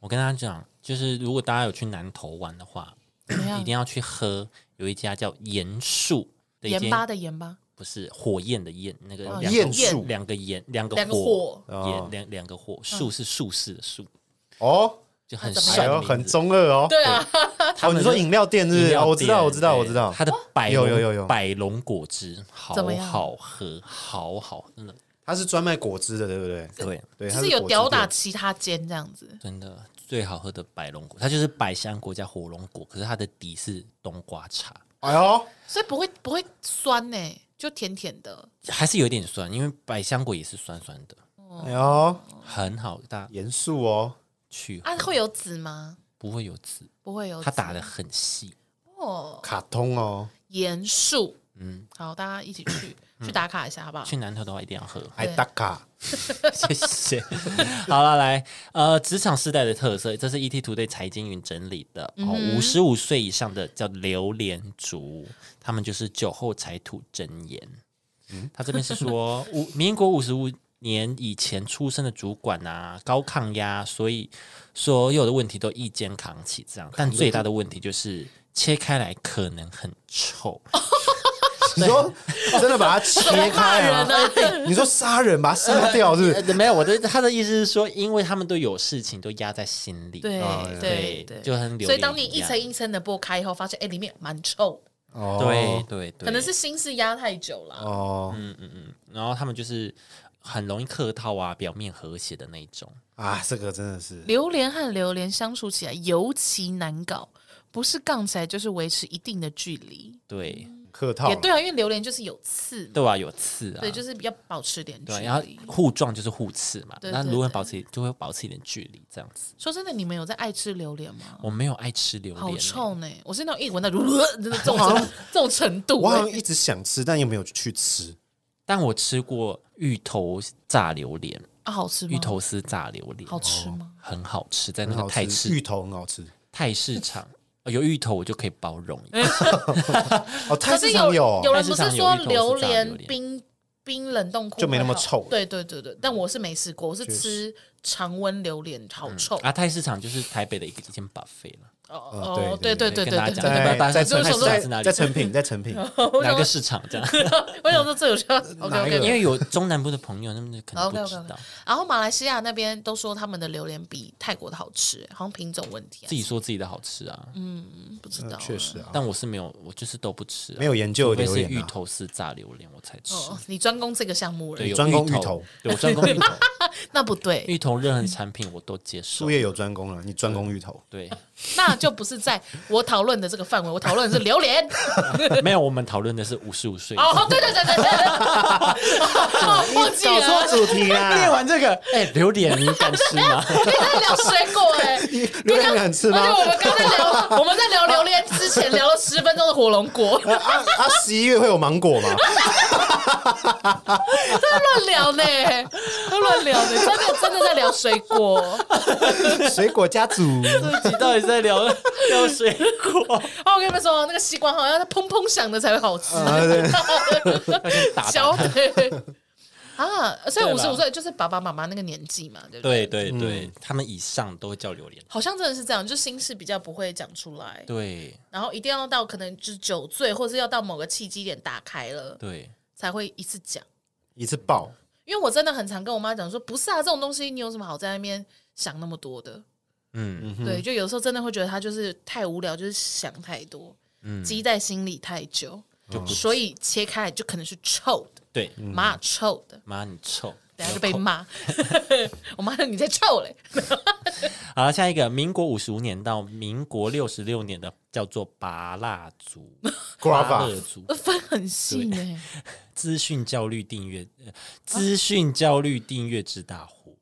S2: 我跟大家讲，就是如果大家有去南投玩的话，
S1: 怎么
S2: 一
S1: 样
S2: 定？要去喝有一家叫盐树的一
S1: 盐
S2: 间，
S1: 巴的盐巴，
S2: 不是火焰的焰，那个
S1: 哦
S2: 两个
S3: 焰树
S2: 两个盐，两个
S1: 两个
S2: 火
S1: 火，
S3: 哦
S2: 盐两两个火，树是术士的树，
S3: 哦，
S2: 就很
S1: 怎么
S2: 帅
S3: 哎
S2: 的
S3: 呦，
S2: 名字，
S3: 很中二哦。
S1: 对啊， [LAUGHS]
S3: 哦，你说饮料店是不
S2: 饮
S3: 是？
S2: 料
S3: 哦，我知道，
S2: 店
S3: 我知道，
S2: 对
S3: 我知道。
S2: 它的百龙
S3: 有有有有
S2: 百龙果汁，好
S1: 怎么样
S2: 好喝，好好喝，真的
S3: 它是专卖果汁的，对不对？
S2: 对，
S3: 对，
S1: 就
S3: 它
S1: 是
S3: 果
S1: 有
S3: 汁
S1: 吊打
S3: 店
S1: 其他间这样子。
S2: 真的最好喝的百龙果，它就是百香果加火龙果，可是它的底是冬瓜茶，
S3: 哎呦，
S1: 所以不会不会酸呢、就甜甜的。
S2: 还是有一点酸，因为百香果也是酸酸的，
S3: 哎呦，
S2: 很好，大家
S3: 严肃哦。
S2: 去喝
S1: 哦啊，会有籽吗？
S2: 不会有籽，
S1: 不会有籽。
S2: 它打的很细，
S1: 哦，
S3: 卡通哦，
S1: 盐树，
S2: 嗯，
S1: 好，大家一起去去打卡一下，好不好？
S2: 去南投的话一定要喝。
S3: 爱打卡，
S2: [LAUGHS] 谢谢。好了，来，呃，职场时代的特色，这是 ET 图对财经云整理的哦。五十五岁以上的叫榴莲族，他们就是酒后才吐真言。他这边是说， [LAUGHS] 五民国五十五年以前出生的主管啊，高抗压，所以所有的问题都一肩扛起，这样。但最大的问题就是切开来可能很臭。
S3: 你
S1: [LAUGHS]
S3: 说真的把它切
S1: 骂
S3: 开
S1: 人
S3: 啊？
S2: [LAUGHS]
S1: 呢、
S3: 你说杀人把它杀掉是不是？
S2: 呃没有，我的他的意思是说，因为他们都有事情都压在心里，啊
S1: 对
S3: 哦
S1: 对对，
S2: 就很流。
S1: 所以当你一层一层的剥开以后，发现哎、里面蛮臭，
S3: 哦
S2: 对对对，
S1: 可能是心事压太久了。
S3: 哦
S2: 嗯嗯嗯，然后他们就是很容易客套啊，表面和谐的那一种。
S3: 啊，这个真的是
S1: 榴莲和榴莲相处起来尤其难搞，不是杠起来就是维持一定的距离。
S2: 对
S3: 客套
S1: 也
S3: 了，
S1: 对啊，因为榴莲就是有刺嘛，
S2: 对啊，有刺啊，
S1: 对，就是比较保持点距
S2: 对，然后
S1: 离。
S2: 互撞就是互刺嘛。
S1: 对
S2: 那
S1: 对
S2: 如果
S1: 对
S2: 保持就会保持一点距离，这样子。
S1: 说真的，你们有在爱吃榴莲吗？
S2: 我没有爱吃榴莲欸、
S1: 嗯好臭呢！我是那种一闻到 [LAUGHS] 这种这种程度
S3: 我好
S1: 欸、
S3: 像一直想吃，但又没有去吃。
S2: 但我吃过芋头炸榴莲，
S1: 啊，好吃吗？
S2: 芋头丝炸榴莲，
S1: 好吃吗？
S2: 很好吃，在那
S3: 哦很
S2: 个
S3: 好
S2: 泰
S3: 吃，
S2: 市
S3: 芋头很好吃
S2: 泰市场。呃有芋头我就可以包容，
S3: 哦，泰
S1: 可
S3: 市
S1: 是
S3: 场
S1: 有
S3: 有哦
S1: 有人不是说榴
S2: 菜市场有芋头是炸榴
S1: 莲
S2: 莲
S1: 冰冰冷冻库
S3: 就没那么
S1: 会好
S3: 臭
S1: 对对对对，但我是没试过，我是吃常温榴莲，好臭。
S2: 啊，泰市场就是台北的一个一间 buffet 了，
S1: 哦
S3: 对
S1: 哦，对对对
S2: 跟
S1: 对
S2: 大家
S1: 对
S2: 讲，
S1: 对
S2: 拜拜
S1: 在
S2: 拜拜
S3: 在
S2: 泰市场是哪
S3: 在
S2: 里
S3: 在？成品，在
S1: [LAUGHS]
S3: 成品
S2: 哪个市场这样？
S1: 我想说这有需要 OK
S3: 哪一个
S1: OK，
S2: 因为有中南部的朋友，他们就可能不知
S1: OK，OK，OK
S2: 道，
S1: 然后马来西亚那边都说他们的榴莲比泰国的好吃，欸好像品种问题、啊
S2: 自，己说自己的好吃啊。
S1: 不知道。
S3: 确实啊，
S2: 但我是没有，我就是都不吃啊，
S3: 没有研究
S2: 除非
S3: 榴
S2: 是
S3: 莲啊
S2: 芋头丝炸榴莲我才吃。
S1: 哦，你专攻这个项目了
S2: 对，，有
S3: 专攻芋
S2: 芋
S3: 头，
S2: 对我专攻芋头，
S1: 那不对，
S2: 芋头任何产品我都接受
S3: 术。业有专攻啊，你专攻芋头，
S2: 对，
S1: 那就不是在我讨论的这个范围。我讨论的是榴莲。
S2: 没有，我们讨论的是五十五
S3: 啊
S2: 岁。
S1: 哦，对对对对对，忘记了，
S3: 主题
S2: 念
S3: 啦！
S2: 完这个，哎，榴莲你敢吃吗？
S1: 你在聊水果哎、
S3: [LAUGHS]
S1: 欸。
S3: 榴莲敢吃
S1: 而且
S3: 吗？
S1: 我们刚才聊，我们在聊榴莲之前聊了十分钟的火龙果，
S3: 啊啊！十一月会有芒
S1: [LAUGHS]
S3: 果吗？
S1: 乱聊呢，乱聊呢，真的真的在聊水果。
S3: 水果家族，
S2: 这集到底在聊 [LAUGHS] 聊水果？
S1: 哦，我跟你们说，那个西瓜好像要砰砰响的才会好吃，
S3: 啊对
S2: 打
S1: 小
S2: 打
S1: 腿啊，所以
S2: 对
S1: 五
S2: 啦
S1: 十五岁就是爸爸妈妈那个年纪嘛，对不对？
S2: 对对对，
S3: 嗯
S2: 他们以上都会叫榴莲。
S1: 好像真的是这样，就心事比较不会讲出来，
S2: 对
S1: 然后一定要到可能就是酒醉，或是要到某个契机点打开了，
S2: 对，
S1: 才会一次讲。
S3: 一次爆，
S1: 因为我真的很常跟我妈讲说，不是啊，这种东西你有什么好在那边想那么多的？
S2: 嗯，
S1: 对，就有时候真的会觉得她就是太无聊，就是想太多，积在心里太久，所以切开来就可能是臭的，
S2: 对，
S1: 妈臭的。
S2: 妈你臭，
S1: 等下就被骂。我妈说你在臭嘞，
S2: 好，下一个，民国五十五年到民国六十六年的叫做拔蜡族、拔
S3: Guava
S2: 乐族
S1: 分很细呢。
S2: 资讯焦虑订阅、呃资讯焦虑订阅之大户。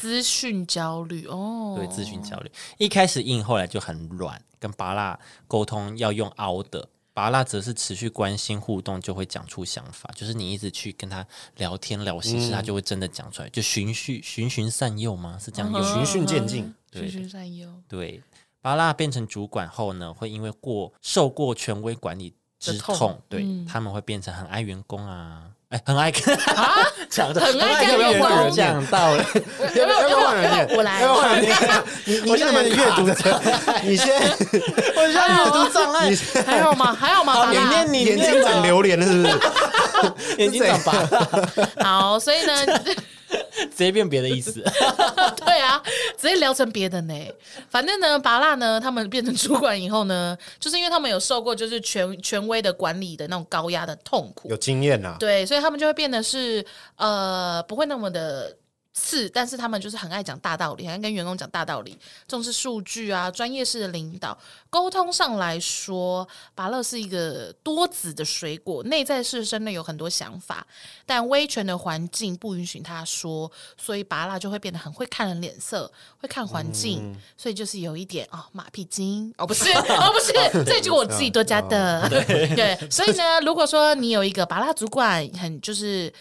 S1: 资讯焦虑哦，
S2: 对，资讯焦虑一开始硬，后来就很软，跟拔蜡沟通要用凹的。拔蜡则是持续关心互动，就会讲出想法，就是你一直去跟他聊天聊心事，他就会真的讲出来，就循序循循善诱吗？是这样用吗
S3: 啊循序渐进，
S1: 循循善诱
S2: 对，巴拉变成主管后呢，会因为过受过权威管理之
S1: 的痛
S2: 对、他们会变成很爱员工啊，哎，很爱 [LAUGHS]
S1: 啊，
S2: 讲的
S1: 很爱
S2: 要
S1: 跟
S2: 不要
S1: 员
S2: 换人
S1: 工
S2: 讲到了，
S1: 有没有有没有有没有？我来
S3: 要，不哎然你你你怎么阅读的？ [LAUGHS] 你先
S2: 我现在阅
S1: 哦
S2: 读障碍，
S1: 还好吗？还好吗？啊
S2: 好，
S1: 好
S2: 你
S1: 啦
S2: 念你
S3: 眼睛
S2: 念
S3: 长
S2: 吧，
S3: 榴莲了是不是？ [LAUGHS]
S2: 眼睛长拔蜡，
S1: 好，所以呢， [LAUGHS]
S2: 直接变别的意思。
S1: 对啊，直接聊成别的呢。反正呢，拔蜡呢，他们变成主管以后呢， [LAUGHS] 就是因为他们有受过就是权权威的管理的那种高压的痛苦，
S3: 有经验啊呐，
S1: 对，所以他们就会变得是呃不会那么的次，但是他们就是很爱讲大道理，很爱跟员工讲大道理，重视数据啊，专业式的领导。沟通上来说，拔乐是一个多子的水果，内在是真的有很多想法，但威权的环境不允许他说，所以拔蜡就会变得很会看人脸色，会看环境，所以就是有一点哦马屁精 [LAUGHS] 哦不是哦不是，这句我自己多加的。 [LAUGHS] 对，所以呢，如果说你有一个拔蜡主管，很就是。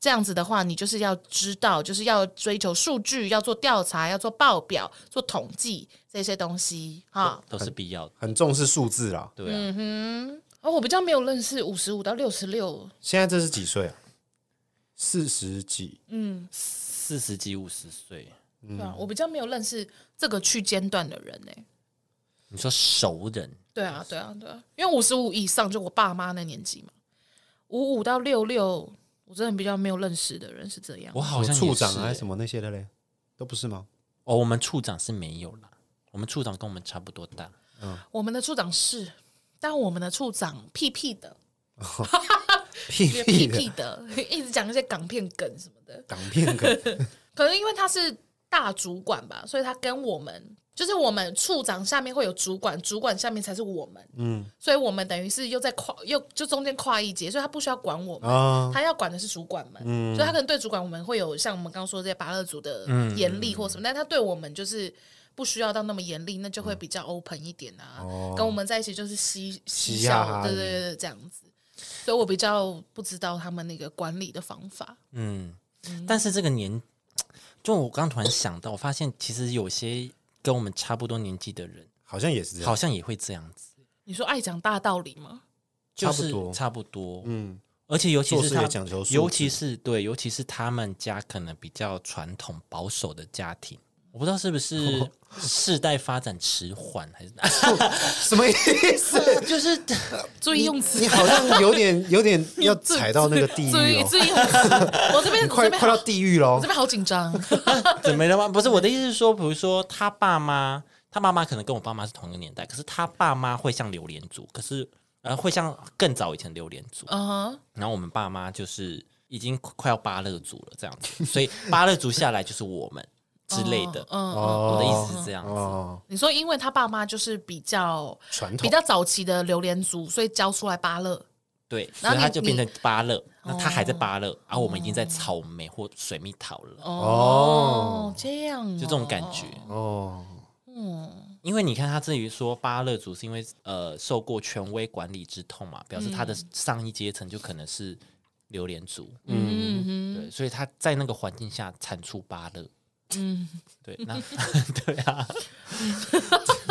S1: 这样子的话，你就是要知道，就是要追求数据，要做调查，要做报表，做统计这些东西哈。
S2: 都是必要的，
S3: 很重视数字啦。
S2: 对啊。
S1: 哦，我比较没有认识五十五到六十六，
S3: 现在这是几岁啊？四十几，
S2: 四十几五十岁，
S1: 对啊，我比较没有认识这个区间段的人呢、欸
S2: 你说熟人
S1: 对啊，对啊，对啊，因为五十五以上就我爸妈那年纪嘛，五五到六六，我真的比较没有认识的人是这样
S2: 我。好像也
S3: 处长
S2: 是
S3: 啊
S2: 欸
S3: 还是什么那些的嘞，都不是吗？
S2: 哦，我们处长是没有啦，我们处长跟我们差不多大，
S1: 我们的处长是，但我们的处长屁屁的，
S3: 屁
S1: 因为
S3: 屁
S1: 屁
S3: 的
S1: 屁的，一直讲一些港片梗什么的。
S3: 港片梗，
S1: 可能因为他是大主管吧，所以他跟我们就是我们处长下面会有主管，主管下面才是我们，
S3: 嗯
S1: 所以我们等于是又在跨又就中间跨一节，所以他不需要管我们。
S3: 啊，
S1: 他要管的是主管们，
S3: 嗯
S1: 所以他可能对主管我们会有像我们刚刚说的这些拔乐组的
S3: 嗯
S1: 严厉或什么，但他对我们就是不需要到那么严厉，那就会比较 open 一点啊。跟我们在一起就是嬉嬉
S3: 嗯哦嘻哈
S1: 笑
S3: 哈，
S1: 对对对，对这样子。所以我比较不知道他们那个管理的方法。
S2: 嗯，但是这个年，就我刚突然想到，我发现其实有些跟我们差不多年纪的人，
S3: 好像也是这样，
S2: 好像也会这样子，
S1: 你说爱讲大道理吗？
S2: 就
S3: 差不
S2: 是
S3: 多
S2: 差不多，
S3: 嗯，
S2: 而且尤其
S3: 做
S2: 是
S3: 事
S2: 他
S3: 也讲求素质，
S2: 尤其是对，尤其是他们家可能比较传统保守的家庭，我不知道是不
S3: [LAUGHS]
S2: 是世代发展迟缓，还是、
S3: 什么意思？
S2: 就是
S1: [LAUGHS] 注意用词，
S3: [LAUGHS] 你好像有点有点要踩到那个地
S1: 注
S3: 狱
S1: 意注
S3: 哦，
S1: 意用词。我这边
S3: 你
S1: 我
S3: 快
S1: 这边
S3: 快到地狱
S1: 我
S3: 喽
S1: 这！边好紧张。
S2: 怎么了吗？不是我的意思是说，比如说他爸妈，他爸妈可能跟我爸妈是同一个年代，可是他爸妈会像榴莲族，可是呃会像更早以前榴莲族，
S1: 嗯
S3: 哦
S1: 哼，
S2: 然后我们爸妈就是已经快要巴勒族了这样子，所以巴勒族下来就是我们之类的。
S1: 嗯，
S2: 我
S3: 哦
S2: 的意思是这样子，
S3: 哦，
S1: 你说因为他爸妈就是比较
S3: 传
S1: 比
S3: 统
S1: 较早期的榴莲族，所以教出来芭乐。
S3: 哦
S2: 对，
S1: 然
S2: 所
S1: 后
S2: 以他
S1: 你
S2: 就变成芭乐，那他还在芭乐，而、我们已经在草莓或水蜜桃了，
S1: 哦，这样哦
S2: 就这种感觉。
S3: 哦，
S1: 嗯，
S2: 因为你看他至于说芭乐族是因为呃受过权威管理之痛嘛，表示他的上一阶层就可能是榴莲族，
S1: 嗯哼，
S2: 对，所以他在那个环境下产出芭乐。
S1: 嗯，
S2: [LAUGHS] 对，
S1: [LAUGHS]
S2: 那对啊，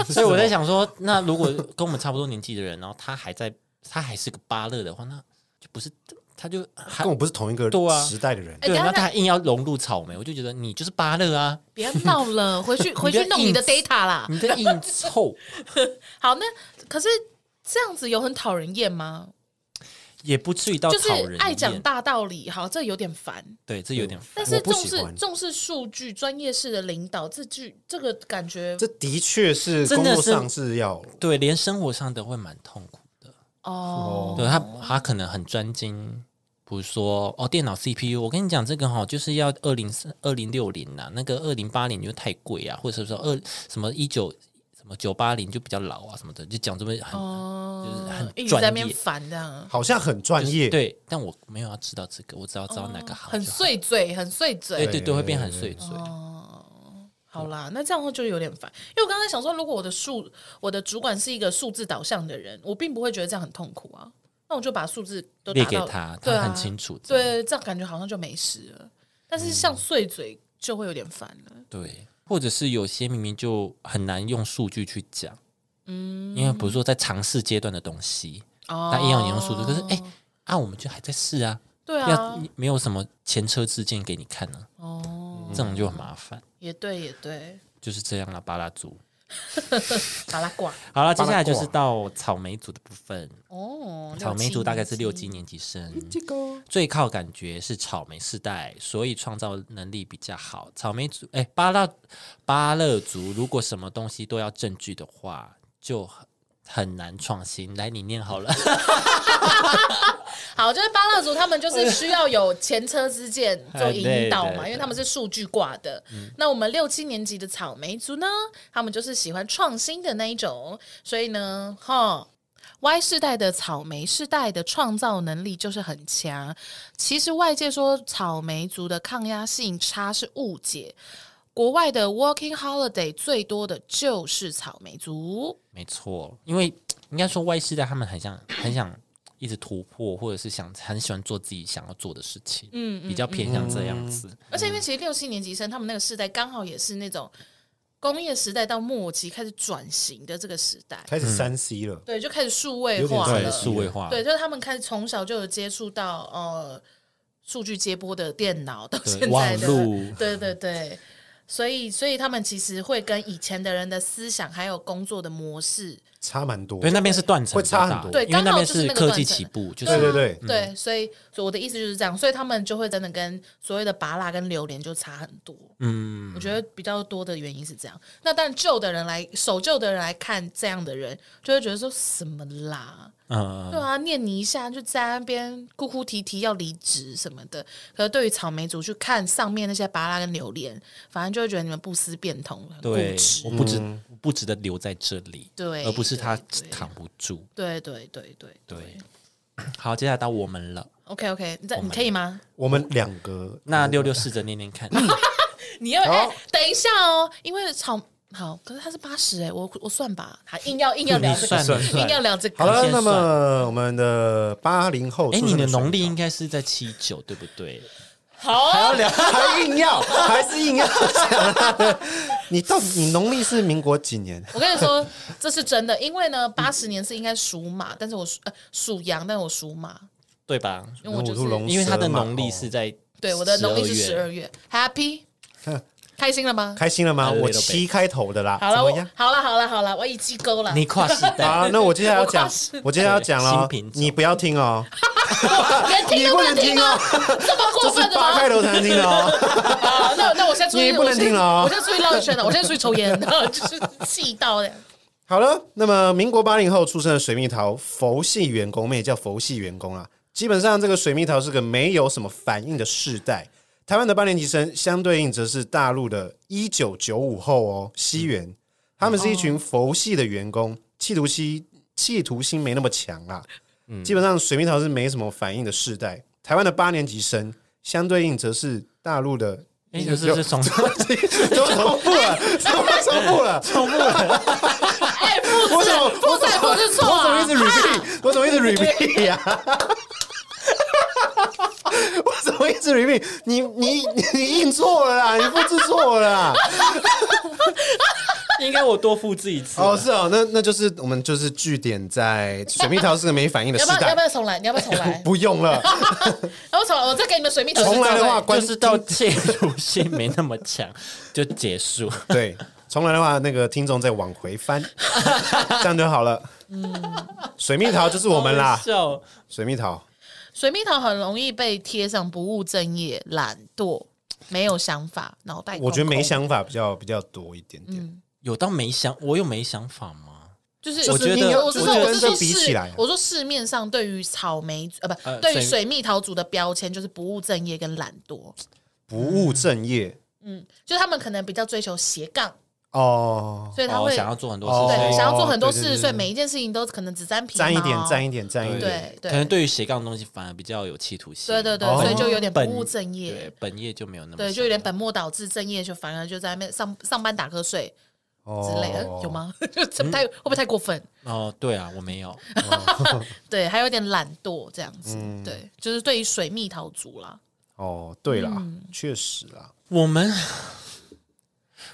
S2: 所以我在想说，那如果跟我们差不多年纪的人，然后他还在，他还是个芭乐的话，那就不是，他就还
S3: 跟我不是同一个
S2: 对啊
S3: 时代的人，
S1: 哎
S2: 对，
S1: 等一
S2: 然
S1: 下
S2: 后他还硬要融入草莓，我就觉得你就是芭乐啊，
S1: 别闹了，回
S2: [LAUGHS]
S1: 去回去弄你的 data 啦。
S2: 你在硬凑， [LAUGHS]
S1: 好，那可是这样子有很讨人厌吗？
S2: 也不至于到
S1: 就是
S2: 讨人厌。
S1: 爱讲大嗯道理，好，这有点烦。
S2: 对，这有点烦。
S1: 但是
S3: 我不
S1: 重
S3: 喜
S1: 视
S3: 欢
S1: 重视数据、专业式的领导，这句这个感觉
S3: 这的确是
S2: 真
S3: 工
S2: 的
S3: 作
S2: 是
S3: 上是要
S2: 对，连生活上都会蛮痛苦的。
S1: 哦，
S2: 对他，他可能很专精，比如说哦，电脑 CPU，我跟你讲这个哈、就是要二零二零六零呐，那个二零八零就太贵啊，或者是说二什么一九什么九八零就比较老啊什么的，就讲这么很、就是
S1: 哦
S2: 很
S1: 一直
S2: 专
S1: 在那边
S2: 业
S1: 烦这样，
S3: 好像很专业，
S2: 对，但我没有要知道这个，我只要知道哪个
S1: 哦
S2: 好就好，
S1: 很碎哦嘴，很碎
S2: 对
S1: 嘴。
S2: 对对，会变很碎碎。
S1: 好啦，那这样就有点烦，因为我刚才想说，如果我的数我的主管是一个数字导向的人，我并不会觉得这样很痛苦啊。那我就把数字都
S2: 列
S1: 打
S2: 给
S1: 到
S2: 他，
S1: 对
S2: 他
S1: 啊，
S2: 很清楚嗯这样。
S1: 对，这样感觉好像就没事了。但是像碎嘴就会有点烦了。
S2: 对，或者是有些明明就很难用数据去讲，嗯，因为比如说在尝试阶段的东西，
S1: 哦，
S2: 那硬要你用数据，可是哎、啊，我们就还在试啊，
S1: 对
S2: 要
S1: 啊，
S2: 你没有什么前车之鉴给你看呢、
S1: 哦，
S2: 这种就很麻烦，
S1: 也对，也对，
S2: 就是这样啦，巴拉族。
S1: 打拉挂。
S2: 好了，接下来就是到草莓族的部分。
S1: 哦，
S2: 草莓族大概是六
S1: 级。
S2: 七年级生，最靠感觉是草莓世代，所以创造能力比较好。草莓族，哎，巴拉巴勒族，如果什么东西都要证据的话，就很很难创新。来，你念好了，
S1: 好，就是巴勒族，他们就是需要有前车之鉴做引导
S2: 对对
S1: 嘛，
S2: 对
S1: 因为他们是数据挂的。那我们六七年级的草莓族呢，他们就是喜欢创新的那一种，所以呢，哈。Y 世代的草莓世代的创造能力就是很强。其实外界说草莓族的抗压性差是误解，国外的 Working Holiday 最多的就是草莓族。
S2: 没错，因为应该说 Y 世代他们很想很想一直突破，或者是想很喜欢做自己想要做的事情，嗯，比较偏向这样子。
S3: 嗯
S1: 而且因为其实六七年级生他们那个世代刚好也是那种工业时代到末期开始转型的这个时代，
S3: 开始三 C 了，
S1: 对，就开始数位
S3: 有点
S1: 化
S3: 对
S2: 对，
S1: 了，
S2: 数位化，
S1: 对，就是他们开始从小就有接触到呃数据接波的电脑，到现在
S2: 网
S1: 的
S2: 路，
S1: 对对对，所以所以他们其实会跟以前的人的思想还有工作的模式
S3: 差蛮多
S2: 因为。那边是断层比较大，
S3: 会差很多
S1: 对
S2: 因为那边
S1: 刚好就
S2: 科技
S1: 是那个断层
S2: 起步，就
S3: 对对
S2: 是
S3: 对，
S1: 对，所以所以我的意思就是这样，所以他们就会真的跟所谓的拔蜡跟榴莲就差很多。
S2: 嗯，
S1: 我觉得比较多的原因是这样。那但旧的人来守旧的人来看这样的人，就会觉得说什么啦，对
S2: 呃，
S1: 啊，念你一下就在那边哭哭啼啼要离职什么的。可是对于草莓族去看上面那些拔蜡跟榴莲，反正就会觉得你们不思变通，很固
S2: 对，
S1: 执
S2: 我。不值
S3: 嗯
S2: 我不值得留在这里，
S1: 对
S2: 而不是他
S1: 对对
S2: 扛不住。
S1: 对对对对对。
S2: 好，接下来到我们了，
S1: OK OK，你这你可以吗？
S3: 我们嗯两个
S2: 那六六试着念念看，
S1: 你要哎、
S3: 好
S1: 等一下哦，因为草好，可是他是八十哎，我我算吧，他硬要硬要聊
S2: 你
S1: 这个，
S2: 算你
S1: 硬
S2: 算。
S1: 要聊这个。
S3: 好了
S2: 先，
S3: 那
S2: 算
S3: 么我们的八零后，
S2: 哎，
S3: 出
S2: 你
S3: 生
S2: 的
S3: 水
S2: 农历
S3: 平
S2: 应该是在七九，对不对？
S1: 好
S3: 还要聊，还硬要，还是硬要讲他的。你到底你农历是民国几年？
S1: 我跟你说，这是真的，因为呢，八十年是应该属马，但是我属呃属羊，但我属马，
S2: 对吧？
S1: 因为我就是
S3: 五路龙
S2: 因为他的
S3: 蛇嘛
S2: 农历
S3: 哦
S2: 是在
S1: 对我的农历是
S2: 12
S1: 十
S2: 月
S1: 二月，Happy，
S3: 哼
S1: 开心了吗？
S3: 开心了吗？
S2: Hello,
S3: 我
S2: little
S3: 七开头的啦，
S1: 好
S3: 怎
S1: 了，
S3: 么
S1: 我
S3: 样？
S1: 好了，好了，好了，我已经够了。
S2: [LAUGHS] 你跨时代，
S3: 好，那我接下来要
S1: [LAUGHS]
S3: 讲
S1: 我跨世代，
S3: 我接下来要讲了
S2: 新品，种
S3: 你不要听
S1: [LAUGHS]
S3: 哦，
S1: 连听
S3: 你
S1: 都
S3: 不
S1: 不
S3: 能
S1: 能
S3: 听
S1: 听
S3: 哦
S1: 啊，这么
S3: [LAUGHS] 这
S1: 过分
S3: 是
S1: 的
S3: 八
S1: 吗
S3: 开？头才能听的哦。
S1: 好，那那我现在出去，
S3: 你不能听了哦
S1: 我现在我现在出去绕一圈了，我现在出去抽烟， [LAUGHS] 就是气到的。
S3: 好了，那么民国八零后出生的水蜜桃佛系员工，我们也叫佛系员工啦。基本上，这个水蜜桃是个没有什么反应的世代。台湾的八年级生相对应则是大陆的一九九五后哦，西元，他们是一群佛系的员工，企图心企图心没那么强啦。基本上水蜜桃是没什么反应的世代。台湾的八年级生相对应则是大陆的。 [LAUGHS]
S2: 哎，这是是从
S3: 都重复了，都重复了，重复了。
S1: 哎，不
S3: 我怎么
S1: 不在乎就错
S3: 我怎么一
S1: 啊
S3: 直！repeat？我怎 [LAUGHS] 么一直 repeat 呀、 [LAUGHS] 我怎么一直 repeat？你你你你印错了啦，你复制错了啦。
S2: [LAUGHS] 应该我多复制一次
S3: [LAUGHS] 哦，是哦，那那就是我们就是据点在水蜜桃是个没反应的
S1: 要
S3: 时
S1: 不要要不，
S3: 代
S1: 要重
S3: [LAUGHS]
S1: 来？你要不要重来？
S3: 不用了。
S1: 要不重来？我再给你们水蜜桃
S3: 重来的话，
S1: 对
S3: 关
S2: 就是到介入性没那么强就结束。
S3: 对，重来的话，那个听众再往回翻， [LAUGHS] 这样就好了。水蜜桃 [LAUGHS] 嗯哦就是我们啦，
S2: 笑，
S3: 水蜜桃。
S1: 水蜜桃很容易被贴上不务正业、懒惰、没有想法、脑袋空空。
S3: 我觉得没想法比较比较多一点点。
S2: 有到没想，我有没想法吗？
S1: 就是
S3: 就是
S1: 我
S2: 觉
S1: 是
S2: 得
S1: 说我是说
S3: 就是
S1: 我是说
S3: 跟这比起来啊
S1: 市我说市面上对于草莓呃
S2: 呃
S1: 不对于
S2: 水
S1: 水蜜桃族的标签就是不务正业跟懒惰，
S3: 不务正业
S1: 嗯，就是他们可能比较追求斜杠，
S3: 哦，
S1: 所以他
S2: 哦，
S1: 会
S2: 想要做很多
S3: 哦
S2: 事
S1: 对
S2: 情，
S1: 想要做很多
S3: 对对
S1: 事，
S3: 对
S1: 所以每一件事情都可能只沾皮毛，
S3: 沾一点，沾一点，沾一点。
S1: 对对
S2: 可能对于斜杠的东西反而比较有企图心。
S1: 对对对，
S3: 哦
S1: 所以就有点不
S2: 本
S1: 务正
S2: 对
S1: 业，
S2: 本业就没有那么
S1: 对，
S2: 想
S1: 就有点本末倒置，正业就反而就在那边上上班打瞌睡之类的，
S3: 哦
S1: 有？吗？ [LAUGHS] 就这么太会不会太过分？
S2: 哦，对啊，我没有，
S1: 对，还有点懒惰这样子，对，就是对于水蜜桃族啦，
S3: 哦，对啦，确实啦，
S2: 我们 [SIGHS]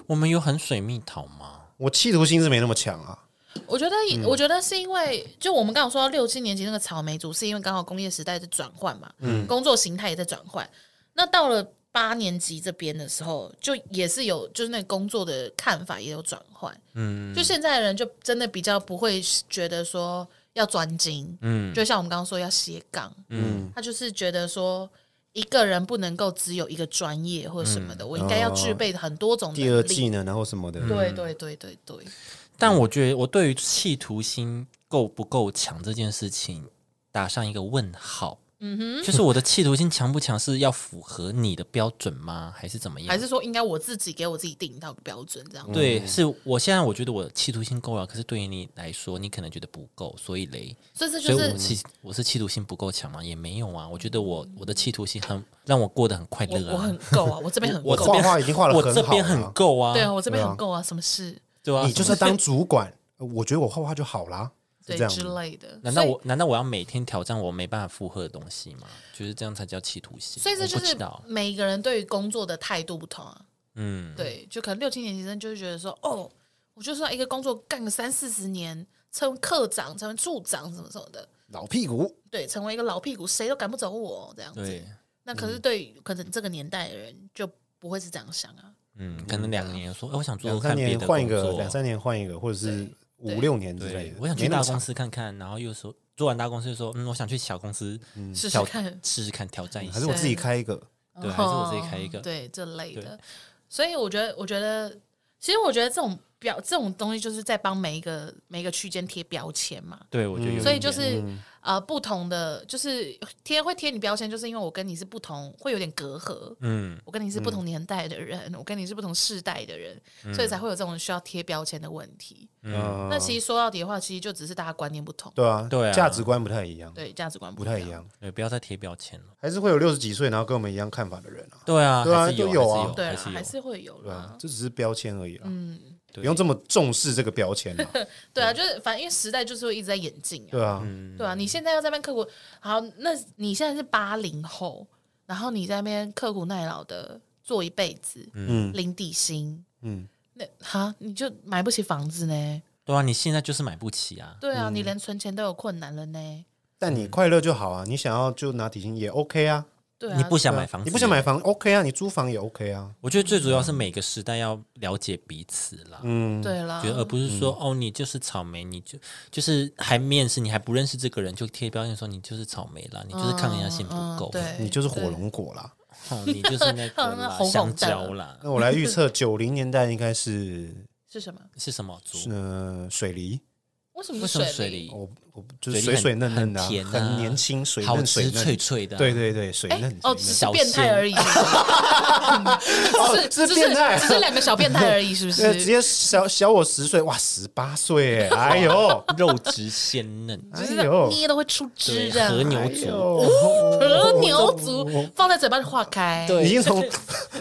S2: 我们有很水蜜桃吗？
S3: 我企图心是没那么强啊。
S1: 我觉得，我觉得是因为，就我们刚刚说到六七年级那个草莓族，是因为刚好工业时代的转换嘛，
S3: 嗯
S1: 工作形态也在转换。那到了八年级这边的时候，就也是有，就是那工作的看法也有转换。嗯，就现在的人就真的比较不会觉得说要专精，嗯，就像我们刚刚说要斜杠，嗯，他就是觉得说。一个人不能够只有一个专业或者什么的，我应该要具备很多种能力。
S3: 嗯哦第二技能，然啊后什么的，
S1: 对对对对对，
S2: 但我觉得我对于企图心够不够强这件事情打上一个问号。嗯哼，就是我的企图心强不强是要符合你的标准吗？还是怎么样？
S1: 还是说应该我自己给我自己定一套标准这样？
S3: 嗯
S2: 对，是我现在我觉得我企图心够了，可是对于你来说，你可能觉得不够，所以嘞，
S1: 所以这
S2: 所
S1: 就
S2: 以我
S1: 是
S2: 企我是企图心不够强吗？也没有啊，我觉得我我的企图心很让我过得很快
S1: 我
S2: 乐
S1: 我
S2: 啊
S1: 很，够啊，我这
S2: [LAUGHS]
S1: 边很
S3: 我
S1: 够，
S3: 画画已经画的
S2: 我
S3: 很
S2: 这
S3: 好
S2: 边很
S3: 了。
S2: 够啊，
S1: 对啊，我这边很够啊，什么事
S2: 对啊，
S3: 你就是要当主管， [LAUGHS] 我觉得我画画就好啦，是
S1: 对
S3: 这样
S1: 之
S3: 子。
S1: 类的。
S2: 难道
S1: 所以
S2: 我难道我要每天挑战我没办法负荷的东西吗？就是这样才叫企图心。
S1: 所以这
S2: 我
S1: 就
S2: 不知
S1: 是
S2: 道，
S1: 每一个人对于工作的态度不同啊。
S2: 嗯，
S1: 对，就可能六七年级生就会觉得说，哦，我就是要一个工作干个三四十年，成为科长，成为处长什么什么的，
S3: 老屁股，
S1: 对，成为一个老屁股，谁都赶不走我这样子
S2: 对。，
S1: 那可是对于可能这个年代的人就不会是这样想啊。
S2: 嗯嗯，可能两年说，哎，我想做
S3: 两
S2: 做
S3: 三
S2: 看别
S3: 年
S2: 的
S3: 换一
S2: 工
S3: 个，
S2: 作
S3: 两三年换一个，或者是五六年之类
S2: 对
S3: 的，，
S2: 我想去
S3: 没那
S2: 大
S3: 么
S2: 公
S3: 长。
S2: 司看看，然后又说做完大公司就说，嗯，我想去小公司
S1: 试试
S2: 挑
S1: 看，
S2: 试试看，挑战一
S3: 嗯还
S2: 下
S3: 是。我自己开一个，
S2: 对还是我自己开一个
S1: 哦对这类的
S2: 对。
S1: 所以我觉得，我觉得，其实我觉得这种标这种东西，就是在帮每一个每一个区间贴标签嘛。
S2: 对，我觉得有一点嗯
S1: 所以就是、呃，不同的就是贴会贴你标签，就是因为我跟你是不同，会有点隔阂。
S2: 嗯，
S1: 我跟你是不同年代的人，我跟你是不同世代的人，
S2: 嗯
S1: 所以才会有这种需要贴标签的问题。
S3: 嗯，
S1: 那其实说到底的话，其实就只是大家观念不同，
S3: 对啊，
S2: 对啊
S3: 价值观不太一样，
S1: 对价值观
S3: 不
S1: 不
S3: 太
S1: 样
S3: 一。样，
S2: 对，不要再贴标签了。
S3: 还是会有六十几岁然后跟我们一样看法的人啊，
S2: 对啊，
S3: 对啊
S2: 还是有，
S3: 都有啊
S1: 对
S2: 还
S1: 啊，
S2: 是有，
S1: 还
S2: 还是
S1: 是会有
S3: 对啊
S1: 啦，。
S3: 这只是标签而已啦，
S1: 嗯，
S2: 有
S3: 不用这么重视这个标签啦，
S1: 对啊，就是反正因为时代就是会一直在演进啊。
S3: 对啊，
S1: 对啊，你现在要在那边刻苦，好，那你现在是八零后，然后你在那边刻苦耐劳的做一辈子，
S3: 嗯
S1: 零底薪，
S3: 嗯，
S1: 那哈你就买不起房子呢？
S2: 对啊，你现在就是买不起啊。
S1: 对啊，你连存钱都有困难了呢。
S3: 但你快乐就好啊，你想要就拿底薪也 OK 啊，
S1: 对啊，
S2: 你不想买房子，
S3: 你不想买？房 OK 啊，你租房也 OK 啊，
S2: 我觉得最主要是每个时代要了解彼此啦，
S3: 嗯，
S1: 对啦，
S2: 觉得而不是说
S1: 嗯
S2: 哦，你就是草莓，你就就是还面试，你还不认识这个人就贴标签说你就是草莓啦，你就是抗压性不够，
S1: 嗯嗯嗯对
S3: 你就是火龙果啦。
S2: [LAUGHS] 哦，你就是那个
S1: 那
S2: 啦
S1: [LAUGHS] 红红
S2: 香
S1: 的
S2: 蕉啦，
S3: 那我来
S2: [LAUGHS]
S3: 预测，九零年代应该是
S1: 是什么？
S2: 是什么竹？
S3: 呃水梨，
S1: 为什么
S2: 为
S1: 是
S2: 什么
S1: 水
S2: 水
S1: 梨？
S2: 梨？
S3: 我我哦就是
S2: 水
S3: 水
S2: 梨
S3: 水嫩
S2: 很
S3: 嫩的啊，
S2: 很甜啊
S3: 很年轻，水
S2: 好
S3: 嫩水
S2: 吃
S3: 嫩，
S2: 脆脆的啊，
S3: 对对对，水
S1: 哎
S3: 嫩
S1: 哦，只
S3: 水嫩
S1: 是
S2: 小
S1: 变态
S2: 鲜
S1: 而已，是
S3: 是变态啊
S1: 只是两个小变态而已，是不
S3: [LAUGHS] 呃直
S1: 是？
S3: 接小小我十岁，哇，十八
S2: [LAUGHS]
S3: 岁哎，哎呦，，
S2: [LAUGHS] 肉质鲜嫩
S3: 哎
S1: 只是
S3: 呦，
S1: 捏都会出 [LAUGHS] 汁啊
S2: 对
S1: 这样。
S2: 和牛
S3: 哎
S2: 族
S3: 呦
S1: [LAUGHS] 和牛足放在嘴巴里化开，
S2: 对
S3: 已
S1: [LAUGHS]
S3: 经从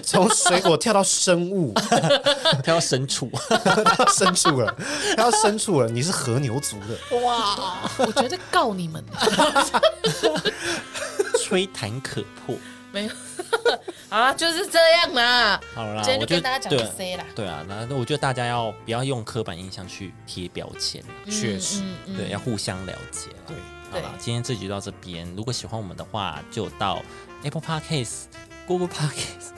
S3: 从水果跳到生物，
S2: 它要深处，
S3: 跳到深处了，跳到深处了，你是和牛族
S1: [LAUGHS]
S3: 的，
S1: 嗯哇！我觉得告你们，
S2: [LAUGHS]
S1: 啊
S2: 吹弹可破。
S1: [LAUGHS] 没有，好啦，就是这样啦。
S2: 好啦，
S1: 今天
S2: 我
S1: 就
S2: 觉
S1: 跟
S2: 得
S1: 大家讲
S2: 对
S1: C 啦。
S2: 对啊，那那我觉得大家要不要用刻板印象去贴标签啊？
S3: 确实，
S1: 嗯嗯，
S2: 对，要互相了解啦。
S3: 对，
S2: 好啦，今天这集就到这边。如果喜欢我们的话，就到 Apple Podcast、Google
S3: [LAUGHS]
S2: Podcast、
S1: 嗯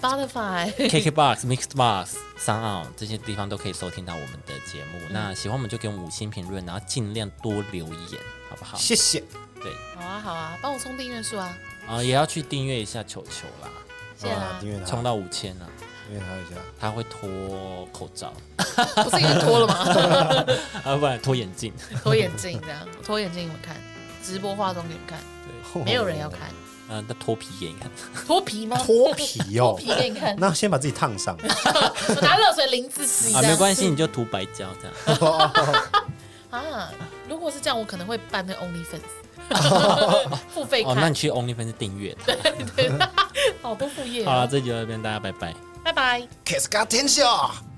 S1: Spotify， [LAUGHS]
S2: KKBox、Mixbox、Sound 这些地方都可以收听到我们的节目。
S3: 嗯
S2: 那喜欢我们就给我们五星评论，然后尽量多留言，好不好？
S3: 谢谢，
S2: 对，
S1: 好啊好啊，帮我冲订阅数啊，
S2: 啊、也要去订阅一下球球啦，
S1: 谢谢
S3: 啊
S1: 啦
S3: 订。阅他
S2: 冲，到五千啊，
S3: 订阅他一下，
S2: 他会脱口罩，
S1: 不是已经脱了
S3: [LAUGHS]
S1: 吗？
S2: 啊，不然脱眼镜。 [LAUGHS]
S1: 脱眼镜这样，脱眼镜你们看，直播化妆给你们看，
S3: 哦
S1: 没有人要看，
S2: 啊，那脱皮
S3: [LAUGHS]
S2: 眼看，
S1: 脱皮吗？
S3: 脱皮哦
S1: 脱，皮给你看，
S3: [LAUGHS] [LAUGHS] 那先把自己烫 [LAUGHS] 伤。
S1: 我拿热水淋自己
S2: 啊，没关
S1: 系
S2: 系，你就涂白胶这样。
S1: 啊。如果是这样，我可能会办那个 OnlyFans，付
S3: [LAUGHS]
S1: 费
S2: 哦，那
S1: 看
S2: 你，去 OnlyFans 订阅它。
S1: 好多副业
S2: 好
S1: 哦
S3: 啊
S2: 了，。这集就到这边，大家拜拜。
S1: 拜拜。
S3: Kiss 天下。